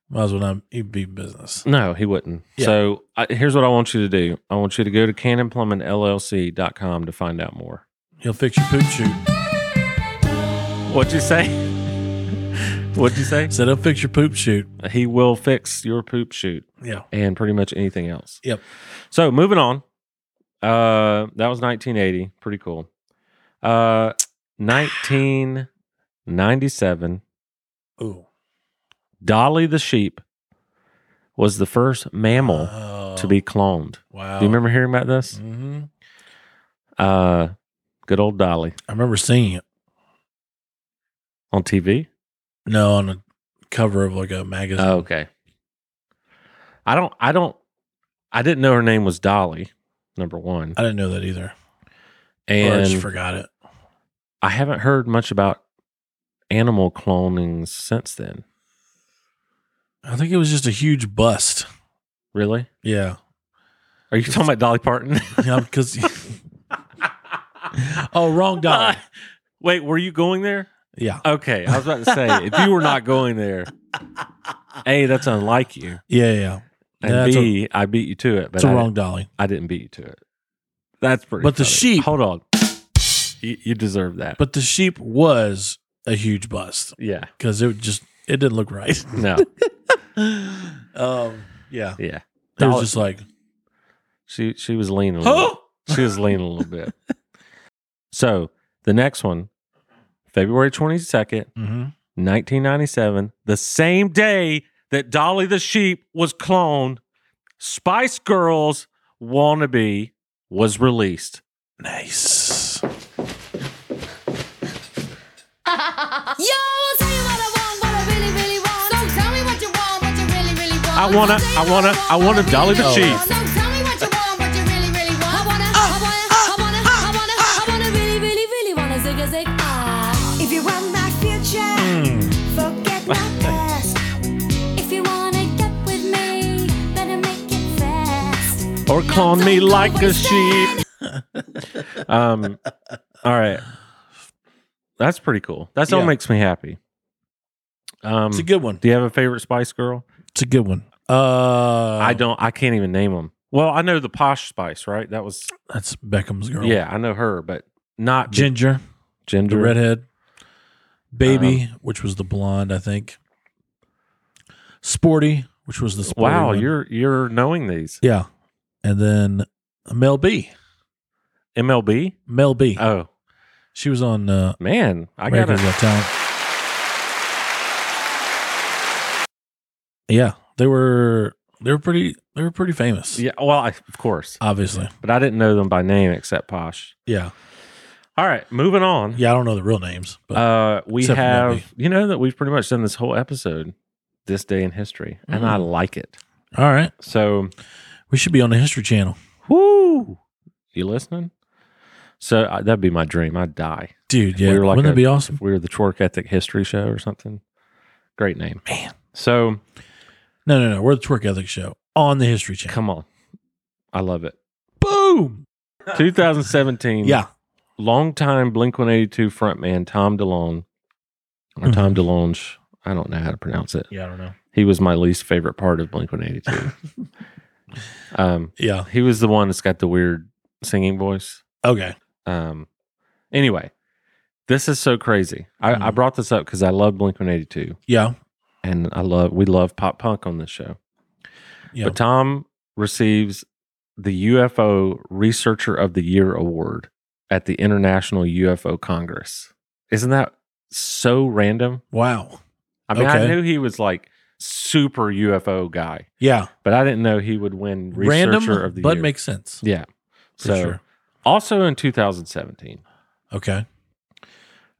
[SPEAKER 2] might as well not he'd be business.
[SPEAKER 1] No, he wouldn't.
[SPEAKER 2] Yeah.
[SPEAKER 1] So I, here's what I want you to do. I want you to go to cannonplumbingllc.com to find out more.
[SPEAKER 2] He'll fix your poop shoot.
[SPEAKER 1] What'd you say? What'd you say?
[SPEAKER 2] Said he'll fix your poop shoot.
[SPEAKER 1] He will fix your poop shoot
[SPEAKER 2] Yeah.
[SPEAKER 1] and pretty much anything else.
[SPEAKER 2] Yep.
[SPEAKER 1] So moving on. Uh, that was 1980. Pretty cool. Uh, 1997.
[SPEAKER 2] Ooh.
[SPEAKER 1] Dolly the sheep was the first mammal
[SPEAKER 2] Oh.
[SPEAKER 1] to be cloned.
[SPEAKER 2] Wow.
[SPEAKER 1] Do you remember hearing about this?
[SPEAKER 2] hmm
[SPEAKER 1] Uh, good old Dolly
[SPEAKER 2] I remember seeing it.
[SPEAKER 1] on TV.
[SPEAKER 2] No, on the cover of like a magazine.
[SPEAKER 1] Oh, okay. I don't. I don't. I didn't know her name was Dolly. Number one,
[SPEAKER 2] I didn't know that either. or I
[SPEAKER 1] and
[SPEAKER 2] just forgot it.
[SPEAKER 1] I haven't heard much about animal cloning since then.
[SPEAKER 2] I think it was just a huge bust.
[SPEAKER 1] Really?
[SPEAKER 2] Yeah.
[SPEAKER 1] Are you talking about Dolly Parton?
[SPEAKER 2] Yeah, because Oh, wrong dollar.
[SPEAKER 1] Uh, Wait, were you going there?
[SPEAKER 2] Yeah.
[SPEAKER 1] Okay, I was about to say if you were not going there, a that's unlike you,
[SPEAKER 2] Yeah, yeah, yeah.
[SPEAKER 1] and
[SPEAKER 2] Yeah, that's a-
[SPEAKER 1] b I beat you to it, but
[SPEAKER 2] It's a
[SPEAKER 1] I,
[SPEAKER 2] wrong dolly.
[SPEAKER 1] I didn't beat you to it. That's pretty.
[SPEAKER 2] But the
[SPEAKER 1] funny.
[SPEAKER 2] sheep-
[SPEAKER 1] Hold on, you, you deserve that.
[SPEAKER 2] But the sheep was a huge bust
[SPEAKER 1] yeah,
[SPEAKER 2] because it just it didn't look right.
[SPEAKER 1] no,
[SPEAKER 2] um yeah.
[SPEAKER 1] yeah.
[SPEAKER 2] It
[SPEAKER 1] Dolly-
[SPEAKER 2] was just like
[SPEAKER 1] She she was leaning. A little, She was leaning a little bit. So the next one, February twenty second,
[SPEAKER 2] hmm
[SPEAKER 1] nineteen ninety seven, the same day that Dolly the sheep was cloned, Spice Girls "Wannabe" was released.
[SPEAKER 2] nice.
[SPEAKER 3] Yo, I'll tell you what I want, what I really, really want. So tell me what you want, what you really, really want.
[SPEAKER 1] I wanna- I wanna- I wanna Dolly the
[SPEAKER 3] Sheep.
[SPEAKER 1] Sheep.
[SPEAKER 3] So tell me what you want, what you really, really want. I wanna, I wanna, I wanna, I wanna, I wanna really, really, really wanna zig a zig ah.
[SPEAKER 6] If you want my future,
[SPEAKER 1] Hmm.
[SPEAKER 6] forget my past.
[SPEAKER 3] If you wanna get with me, better make it fast.
[SPEAKER 1] Or clone me like a sheep. Um, all right, that's pretty cool. That's what
[SPEAKER 2] Yeah.
[SPEAKER 1] makes me happy. Um,
[SPEAKER 2] It's a good one.
[SPEAKER 1] do you have a favorite Spice Girl?
[SPEAKER 2] It's a good one. Uh
[SPEAKER 1] I don't. I can't even name them. Well, I know the posh spice, right? That was
[SPEAKER 2] that's Beckham's girl.
[SPEAKER 1] yeah. I know her, but not the
[SPEAKER 2] Ginger, Oh. the
[SPEAKER 1] Ginger.
[SPEAKER 2] redhead. Baby,
[SPEAKER 1] Um,
[SPEAKER 2] which was the blonde, I think. Sporty, which was the sporty
[SPEAKER 1] Wow,
[SPEAKER 2] one.
[SPEAKER 1] you're you're knowing these
[SPEAKER 2] yeah. And then Mel B.
[SPEAKER 1] MLB.
[SPEAKER 2] Mel B.
[SPEAKER 1] Oh
[SPEAKER 2] she was on uh
[SPEAKER 1] man, I got
[SPEAKER 2] America's
[SPEAKER 1] to
[SPEAKER 2] Got Talent. Yeah, they were they were pretty they were pretty famous.
[SPEAKER 1] Yeah, well, I, of course,
[SPEAKER 2] obviously.
[SPEAKER 1] but I didn't know them by name except posh.
[SPEAKER 2] Yeah,
[SPEAKER 1] All right, moving on.
[SPEAKER 2] yeah. I don't know the real names, but
[SPEAKER 1] Uh, we
[SPEAKER 2] Except for
[SPEAKER 1] have
[SPEAKER 2] MLB.
[SPEAKER 1] you know that we've pretty much done this whole episode this day in history, and
[SPEAKER 2] Mm-hmm.
[SPEAKER 1] I like it.
[SPEAKER 2] all right,
[SPEAKER 1] So
[SPEAKER 2] we should be on the History Channel,
[SPEAKER 1] whoo, you listening? So uh, that'd be my dream. I'd die.
[SPEAKER 2] dude. Yeah,
[SPEAKER 1] we were like
[SPEAKER 2] wouldn't
[SPEAKER 1] a-
[SPEAKER 2] that be awesome?
[SPEAKER 1] if we were the Twerk Ethic History Show or something. Great name,
[SPEAKER 2] Man.
[SPEAKER 1] So
[SPEAKER 2] No, no, no. We're the Twerk Ethic Show on the History Channel.
[SPEAKER 1] come on, I love it.
[SPEAKER 2] Boom.
[SPEAKER 1] 2017.
[SPEAKER 2] Yeah,
[SPEAKER 1] longtime Blink 182 frontman Tom DeLonge, or
[SPEAKER 2] Mm-hmm.
[SPEAKER 1] Tom DeLonge. I don't know how to pronounce it.
[SPEAKER 2] yeah. I don't know.
[SPEAKER 1] He was my least favorite part of Blink 182. um,
[SPEAKER 2] Yeah.
[SPEAKER 1] he was the one that's got the weird singing voice.
[SPEAKER 2] Okay.
[SPEAKER 1] Um,
[SPEAKER 2] Mm-hmm.
[SPEAKER 1] anyway, this is so crazy. I, I brought this up because I love Blink One Eighty Two,
[SPEAKER 2] Yeah.
[SPEAKER 1] and I love we love pop punk on this show.
[SPEAKER 2] Yeah.
[SPEAKER 1] But Tom receives the UFO Researcher of the Year award at the International UFO Congress. Isn't that so random?
[SPEAKER 2] Wow.
[SPEAKER 1] I mean, I
[SPEAKER 2] Okay.
[SPEAKER 1] knew he was like super UFO guy,
[SPEAKER 2] Yeah.
[SPEAKER 1] but I didn't know he would win Researcher
[SPEAKER 2] Random,
[SPEAKER 1] of the
[SPEAKER 2] but
[SPEAKER 1] Year.
[SPEAKER 2] makes sense.
[SPEAKER 1] yeah.
[SPEAKER 2] For
[SPEAKER 1] So
[SPEAKER 2] sure.
[SPEAKER 1] also in 2017,
[SPEAKER 2] Okay.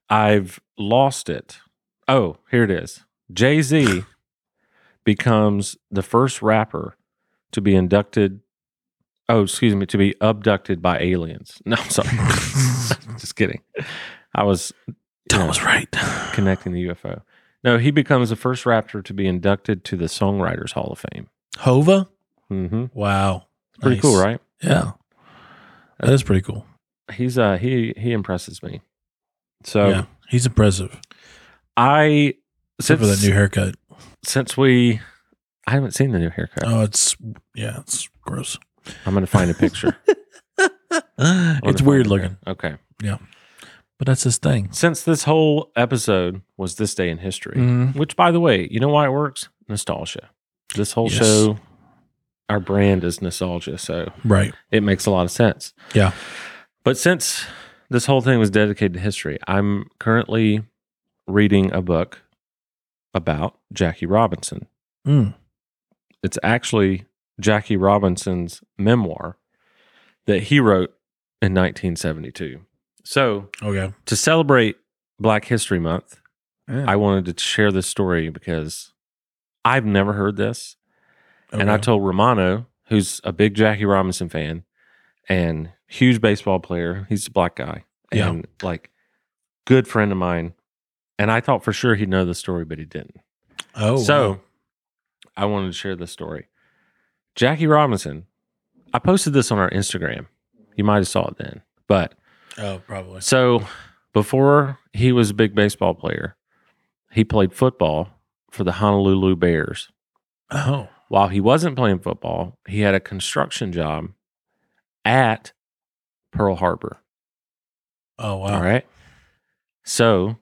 [SPEAKER 1] I've lost it. Oh, here it is. Jay Z becomes the first rapper to be inducted. Oh, excuse me, to be abducted by aliens. No, I'm sorry. Just kidding. I was you know,
[SPEAKER 2] right.
[SPEAKER 1] connecting the UFO. No, he becomes the first rapper to be inducted to the Songwriters Hall of Fame.
[SPEAKER 2] Hova.
[SPEAKER 1] hmm
[SPEAKER 2] Wow.
[SPEAKER 1] Pretty
[SPEAKER 2] Nice.
[SPEAKER 1] cool, right?
[SPEAKER 2] Yeah. That is pretty cool.
[SPEAKER 1] He's uh he he impresses me. So
[SPEAKER 2] yeah. He's impressive.
[SPEAKER 1] I
[SPEAKER 2] Except for that
[SPEAKER 1] since,
[SPEAKER 2] new haircut.
[SPEAKER 1] since we I haven't seen the new haircut.
[SPEAKER 2] Oh, it's yeah, it's gross.
[SPEAKER 1] I'm gonna find a picture. I'm
[SPEAKER 2] it's
[SPEAKER 1] gonna find
[SPEAKER 2] weird
[SPEAKER 1] a
[SPEAKER 2] looking,
[SPEAKER 1] pic- Okay.
[SPEAKER 2] but that's his thing.
[SPEAKER 1] Since this whole episode was this day in history,
[SPEAKER 2] Mm-hmm.
[SPEAKER 1] which by the way, you know why it works? Nostalgia. This whole
[SPEAKER 2] Yes.
[SPEAKER 1] show, our brand is nostalgia, so
[SPEAKER 2] Right.
[SPEAKER 1] it makes a lot of sense.
[SPEAKER 2] Yeah.
[SPEAKER 1] But since this whole thing was dedicated to history, I'm currently reading a book about Jackie Robinson.
[SPEAKER 2] Mm.
[SPEAKER 1] It's actually Jackie Robinson's memoir that he wrote in 1972. So
[SPEAKER 2] Okay.
[SPEAKER 1] to celebrate Black History Month,
[SPEAKER 2] Yeah.
[SPEAKER 1] I wanted to share this story because I've never heard this. And I
[SPEAKER 2] Okay.
[SPEAKER 1] told Romano, who's a big Jackie Robinson fan and huge baseball player, he's a black guy
[SPEAKER 2] Yeah.
[SPEAKER 1] and like good friend of mine. And I thought for sure he'd know the story, but he didn't.
[SPEAKER 2] oh
[SPEAKER 1] so
[SPEAKER 2] wow.
[SPEAKER 1] I wanted to share this story. Jackie Robinson, I posted this on our Instagram. You might have saw it then, but
[SPEAKER 2] oh probably
[SPEAKER 1] so before he was a big baseball player, he played football for the Honolulu Bears.
[SPEAKER 2] oh
[SPEAKER 1] While he wasn't playing football, he had a construction job at Pearl Harbor.
[SPEAKER 2] oh wow
[SPEAKER 1] All right. So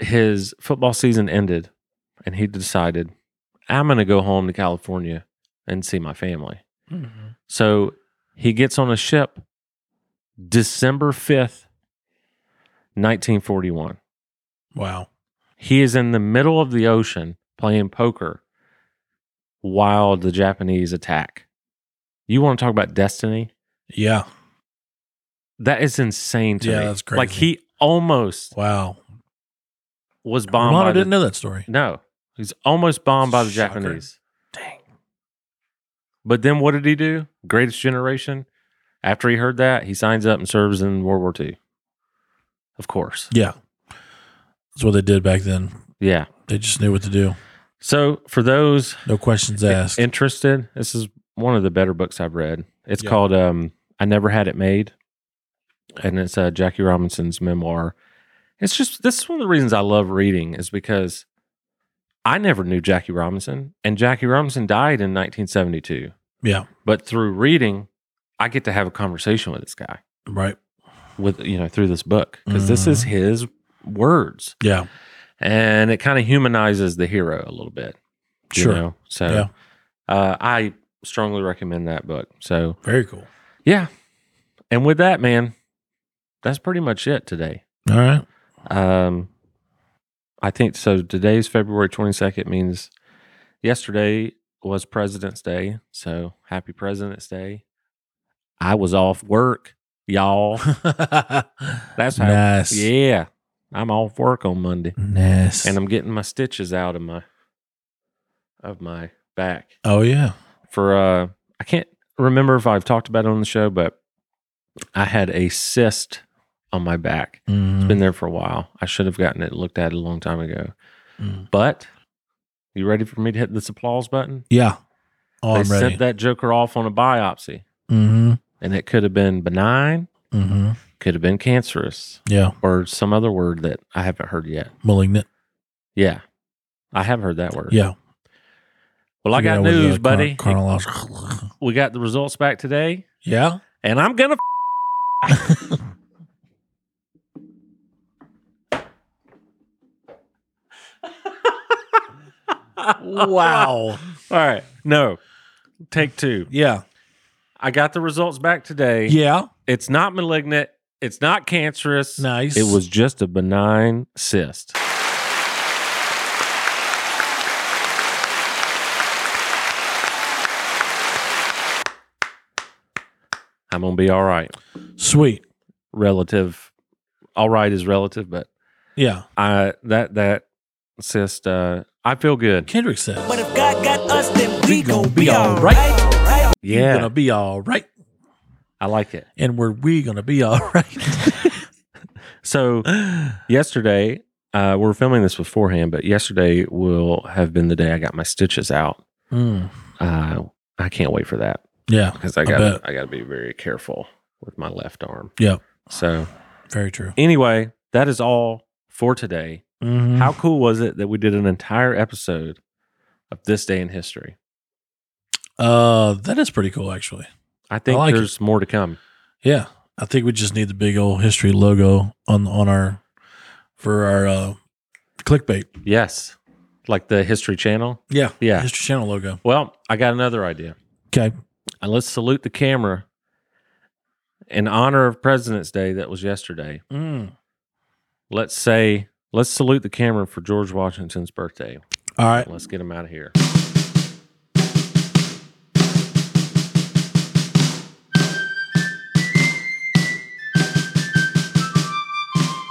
[SPEAKER 1] his football season ended and he decided, I'm going to go home to California and see my family.
[SPEAKER 2] Mhm.
[SPEAKER 1] So he gets on a ship December 5th, 1941.
[SPEAKER 2] wow
[SPEAKER 1] He is in the middle of the ocean playing poker while the Japanese attack. You want to talk about destiny?
[SPEAKER 2] yeah
[SPEAKER 1] That is insane to
[SPEAKER 2] Yeah,
[SPEAKER 1] me.
[SPEAKER 2] that's
[SPEAKER 1] Like
[SPEAKER 2] crazy.
[SPEAKER 1] he almost
[SPEAKER 2] wow
[SPEAKER 1] was bombed
[SPEAKER 2] Romano
[SPEAKER 1] by the,
[SPEAKER 2] didn't know that story
[SPEAKER 1] No, he's almost bombed by the
[SPEAKER 2] Shocker.
[SPEAKER 1] Japanese. Dang. But then what did he do? Greatest Generation. After he heard that, he signs up and serves in World War II. Of course.
[SPEAKER 2] yeah that's what they did back then
[SPEAKER 1] Yeah.
[SPEAKER 2] they just knew what to do
[SPEAKER 1] So for those
[SPEAKER 2] no questions asked
[SPEAKER 1] interested, this is one of the better books I've read. It's
[SPEAKER 2] Yeah.
[SPEAKER 1] called um, I Never Had It Made, and it's uh, Jackie Robinson's memoir. It's just this is one of the reasons I love reading is because I never knew Jackie Robinson, and Jackie Robinson died in 1972.
[SPEAKER 2] yeah
[SPEAKER 1] But through reading, I get to have a conversation with this guy
[SPEAKER 2] right
[SPEAKER 1] with you know through this book because this is his words,
[SPEAKER 2] yeah
[SPEAKER 1] and it kind of humanizes the hero a little bit. you
[SPEAKER 2] sure
[SPEAKER 1] know? So
[SPEAKER 2] Yeah.
[SPEAKER 1] uh, I strongly recommend that book. So
[SPEAKER 2] very cool
[SPEAKER 1] yeah. And with that, man, that's pretty much it today.
[SPEAKER 2] all right
[SPEAKER 1] Um, I think so. Today's February 22nd means yesterday was President's Day. So happy President's Day. I was off work, y'all. That's how.
[SPEAKER 2] nice
[SPEAKER 1] Yeah. I'm off work on Monday
[SPEAKER 2] nice
[SPEAKER 1] and um, I'm getting my stitches out of my of my back
[SPEAKER 2] oh yeah
[SPEAKER 1] for uh I can't remember if I've talked about it on the show, but I had a cyst on my back.
[SPEAKER 2] Mhm.
[SPEAKER 1] Been there for a while. I should have gotten it looked at a long time ago.
[SPEAKER 2] Mm.
[SPEAKER 1] But you ready for me to hit this applause button?
[SPEAKER 2] yeah oh
[SPEAKER 1] they
[SPEAKER 2] I'm ready
[SPEAKER 1] sent that joker off on a biopsy,
[SPEAKER 2] mm-hmm
[SPEAKER 1] and it could have been benign,
[SPEAKER 2] mm-hmm
[SPEAKER 1] could have been cancerous,
[SPEAKER 2] yeah
[SPEAKER 1] or some other word that I haven't heard yet.
[SPEAKER 2] malignant
[SPEAKER 1] Yeah, I have heard that word.
[SPEAKER 2] yeah
[SPEAKER 1] Well, I
[SPEAKER 2] You
[SPEAKER 1] got
[SPEAKER 2] know, with, uh,
[SPEAKER 1] news,
[SPEAKER 2] chron-
[SPEAKER 1] buddy.
[SPEAKER 2] chronological
[SPEAKER 1] we got the results back today,
[SPEAKER 2] yeah
[SPEAKER 1] and I'm gonna.
[SPEAKER 2] wow.
[SPEAKER 1] All right. No. Take two.
[SPEAKER 2] Yeah.
[SPEAKER 1] I got the results back today.
[SPEAKER 2] Yeah.
[SPEAKER 1] It's not malignant. It's not cancerous.
[SPEAKER 2] Nice.
[SPEAKER 1] It was just a benign cyst. I'm gonna be all right.
[SPEAKER 2] sweet.
[SPEAKER 1] Relative, all right is relative, but
[SPEAKER 2] Yeah.
[SPEAKER 1] I that that cyst. Uh, I feel good.
[SPEAKER 2] Kendrick says,
[SPEAKER 7] But if God got us, then we,
[SPEAKER 2] We
[SPEAKER 7] gon'
[SPEAKER 2] gonna
[SPEAKER 7] be,
[SPEAKER 2] be
[SPEAKER 7] alright. Alright.
[SPEAKER 2] We're
[SPEAKER 1] Yeah,
[SPEAKER 2] gonna be all right.
[SPEAKER 1] I like it.
[SPEAKER 2] And we're we gonna be all right.
[SPEAKER 1] So yesterday, uh, we're filming this beforehand, but yesterday will have been the day I got my stitches out.
[SPEAKER 2] Mm.
[SPEAKER 1] Uh, I can't wait for that
[SPEAKER 2] Yeah.
[SPEAKER 1] because I
[SPEAKER 2] I
[SPEAKER 1] got
[SPEAKER 2] bet.
[SPEAKER 1] to I got to be very careful with my left arm.
[SPEAKER 2] Yep.
[SPEAKER 1] So
[SPEAKER 2] Very true.
[SPEAKER 1] anyway, that is all for today.
[SPEAKER 2] Mhm.
[SPEAKER 1] How cool was it that we did an entire episode of this day in history?
[SPEAKER 2] Uh, that is pretty cool, actually.
[SPEAKER 1] I think
[SPEAKER 2] like it.
[SPEAKER 1] there's more to come.
[SPEAKER 2] Yeah, I think we just need the big old history logo on on our for our uh, clickbait.
[SPEAKER 1] Yes, like the History Channel.
[SPEAKER 2] Yeah,
[SPEAKER 1] Yeah.
[SPEAKER 2] History Channel logo.
[SPEAKER 1] Well, I got another idea.
[SPEAKER 2] Okay.
[SPEAKER 1] and let's salute the camera in honor of President's Day that was yesterday.
[SPEAKER 2] Mm.
[SPEAKER 1] Let's say, let's salute the camera for George Washington's birthday.
[SPEAKER 2] All right.
[SPEAKER 1] Let's get him out of here.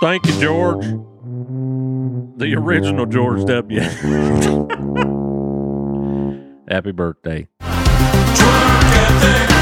[SPEAKER 1] Thank you, George. The original George W. Happy birthday.
[SPEAKER 7] Drunk and thirsty.